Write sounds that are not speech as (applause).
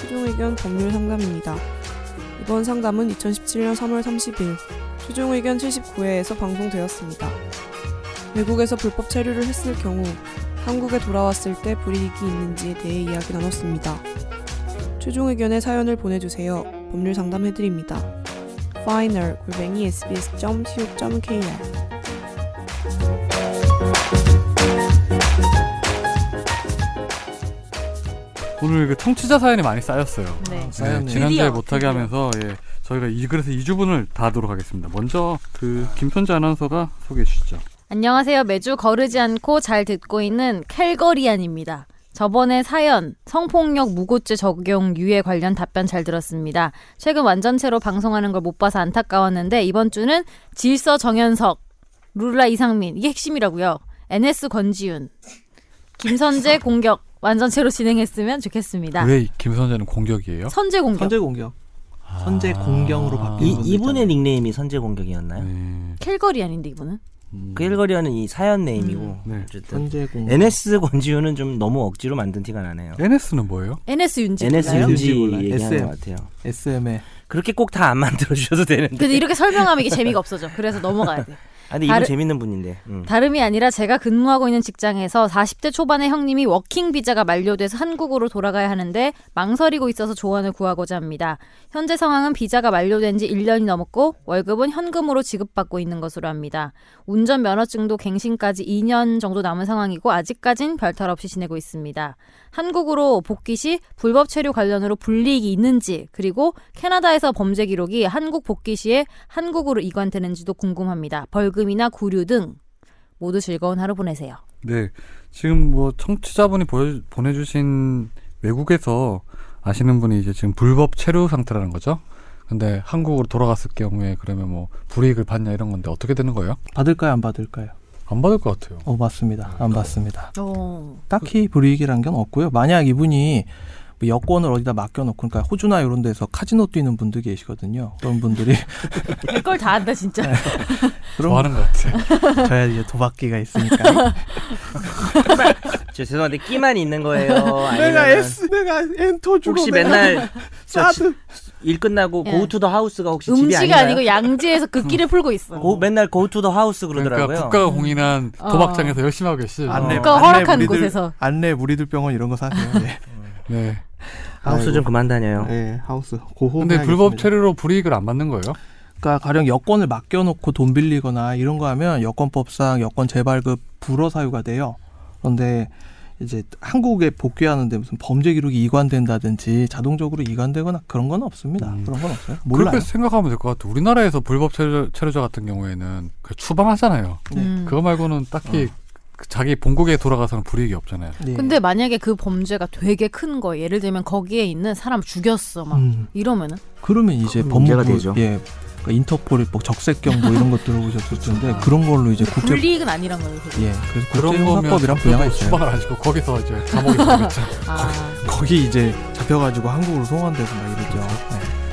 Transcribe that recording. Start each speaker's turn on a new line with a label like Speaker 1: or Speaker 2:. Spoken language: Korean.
Speaker 1: 최종 의견 법률 상담입니다. 이번 상담은 2017년 3월 30일 최종 의견 79회에서 방송되었습니다. 외국에서 불법 체류를 했을 경우 한국에 돌아왔을 때 불이익이 있는지에 대해 이야기 나눴습니다. 최종 의견의 사연을 보내주세요. 법률 상담해드립니다. final 골뱅이 sbs.co.kr
Speaker 2: 오늘 그 청취자 사연이 많이 쌓였어요.
Speaker 3: 네.
Speaker 4: 쌓였네요.
Speaker 2: 지난주에
Speaker 3: 드디어,
Speaker 2: 못하게
Speaker 3: 드디어.
Speaker 2: 하면서 예, 저희가 이 그래서 2주분을 다 하도록 하겠습니다. 먼저 그 김선재 아나운서가 소개해 주시죠.
Speaker 3: 안녕하세요. 매주 거르지 않고 잘 듣고 있는 캘거리안입니다. 저번에 사연 성폭력 무고죄 적용 유예 관련 답변 잘 들었습니다. 최근 완전체로 방송하는 걸 못 봐서 안타까웠는데 이번 주는 질서 정현석, 룰라 이상민 이게 핵심이라고요. NS 권지윤, (laughs) 김선재 공격 완전체로 진행했으면 좋겠습니다.
Speaker 2: 왜 김선재는 공격이에요?
Speaker 3: 선재 공격.
Speaker 4: 선제 공격. 선제 공경으로 바뀌는
Speaker 5: 이,
Speaker 4: 분도
Speaker 5: 이분의
Speaker 4: 있잖아요. 그렇죠.
Speaker 5: 닉네임이 선제 공격이었나요?
Speaker 2: 네.
Speaker 3: 캘거리안인데 이분은
Speaker 5: 그 일거리는 이 사연 네임이고
Speaker 2: 네.
Speaker 5: 어쨌든
Speaker 4: 선제 공격.
Speaker 5: NS 권지윤은 좀 너무 억지로 만든 티가 나네요.
Speaker 2: NS는 뭐예요?
Speaker 3: NS 윤지.
Speaker 5: NS
Speaker 4: 몰라요?
Speaker 5: 윤지
Speaker 4: 몰라요.
Speaker 5: 얘기하는
Speaker 4: SM.
Speaker 5: 것 같아요.
Speaker 4: SM의
Speaker 5: 그렇게 꼭 다 안 만들어 주셔도 되는데.
Speaker 3: 근데 이렇게 설명하면 이게 재미가 없어져. 그래서 넘어가야 돼.
Speaker 5: 아, 근데 이분
Speaker 3: 다른-
Speaker 5: 재밌는 분인데. 음.
Speaker 3: 다름이 아니라 제가 근무하고 있는 직장에서 40대 초반의 형님이 워킹 비자가 만료돼서 한국으로 돌아가야 하는데 망설이고 있어서 조언을 구하고자 합니다. 현재 상황은 비자가 만료된 지 1년이 넘었고 월급은 현금으로 지급받고 있는 것으로 합니다. 운전 면허증도 갱신까지 2년 정도 남은 상황이고 아직까진 별탈 없이 지내고 있습니다. 한국으로 복귀 시 불법 체류 관련으로 불이익이 있는지 그리고 캐나다에서 범죄 기록이 한국 복귀 시에 한국으로 이관되는지도 궁금합니다. 벌금이나 구류 등 모두 즐거운 하루 보내세요.
Speaker 2: 네. 지금 뭐 청취자분이 보여, 보내주신 외국에서 아시는 분이 이제 지금 불법 체류 상태라는 거죠. 근데 한국으로 돌아갔을 경우에 그러면 뭐 불이익을 받냐 이런 건데 어떻게 되는 거예요?
Speaker 4: 받을까요 안 받을까요?
Speaker 2: 안 받을 것 같아요.
Speaker 4: 어 맞습니다. 안 받습니다.
Speaker 3: 어.
Speaker 4: 딱히 불이익이란 건 없고요. 만약 이분이 뭐 여권을 어디다 맡겨놓고 그러니까 호주나 이런 데서 카지노 뛰는 분들 계시거든요. 그런 분들이
Speaker 3: 별걸 다 한다 진짜.
Speaker 4: (laughs) 그런
Speaker 2: 좋아하는 것 같아요.
Speaker 4: 저야 이제 도박기가 (laughs) 있으니까 아,
Speaker 5: 저 죄송한데 끼만 있는 거예요.
Speaker 4: 내가
Speaker 5: 아니면
Speaker 4: S 내가 엔터 주고
Speaker 5: 혹시
Speaker 4: 내가
Speaker 5: 맨날 저 지-
Speaker 4: (laughs) 사드
Speaker 5: 일 끝나고
Speaker 3: 예.
Speaker 5: 고우투 더 하우스가 혹시 집이
Speaker 3: 음식이
Speaker 5: 아닌가요?
Speaker 3: 아니고 양지에서 극기를 풀고 있어.
Speaker 5: 고, 맨날 고우투 더 하우스 그러더라고요.
Speaker 2: 그러니까 국가가 공인한
Speaker 3: 어.
Speaker 2: 도박장에서 열심히 하고 네. 계시.
Speaker 5: 안 내-
Speaker 3: 국가 그러니까 허락한 곳에서.
Speaker 4: 안내 무리들 병원 이런 거 사세요. 네.
Speaker 2: 네.
Speaker 5: 하우스 좀 그만 다녀요.
Speaker 4: (laughs) 네, 하우스 고호.
Speaker 2: 근데 불법 체류로 불이익을 안 받는 거예요?
Speaker 4: 그러니까 가령 여권을 맡겨놓고 돈 빌리거나 이런 거 하면 여권법상 여권 재발급 불허 사유가 돼요. 그런데 이제 한국에 복귀하는데 무슨 범죄 기록이 이관된다든지 자동적으로 이관되거나 그런 건 없습니다.
Speaker 2: 음.
Speaker 4: 그런 건 없어요. 몰라요.
Speaker 2: 그렇게 생각하면 될 것 같아요. 우리나라에서 불법 체류, 체류자 같은 경우에는 그 추방하잖아요.
Speaker 4: 네.
Speaker 3: 음.
Speaker 2: 그거 말고는 딱히
Speaker 4: 어.
Speaker 2: 그 자기 본국에 돌아가서는 불이익이 없잖아요.
Speaker 4: 네.
Speaker 3: 근데 만약에 그 범죄가 되게 큰 거, 예를 들면 거기에 있는 사람 죽였어 막
Speaker 4: 음,
Speaker 3: 이러면은
Speaker 4: 그러면 이제
Speaker 5: 그건 문제가
Speaker 4: 법무부
Speaker 5: 되죠.
Speaker 4: 예. 그러니까 인터폴 뭐 적색경 뭐 이런 것 들어보셨을 텐데 그런 걸로 이제 국제
Speaker 3: 불이익은 아니란 거예요. 그게.
Speaker 4: 예 그래서
Speaker 2: 그런 거면
Speaker 4: 국제형사법이랑 분야가
Speaker 2: 저도
Speaker 4: 있어요.
Speaker 2: 추방을 안 시고 거기서 이제 감옥에 있는 거죠.
Speaker 3: 아,
Speaker 4: 거기 이제 잡혀가지고 한국으로 송환되고 막 이러죠. 네.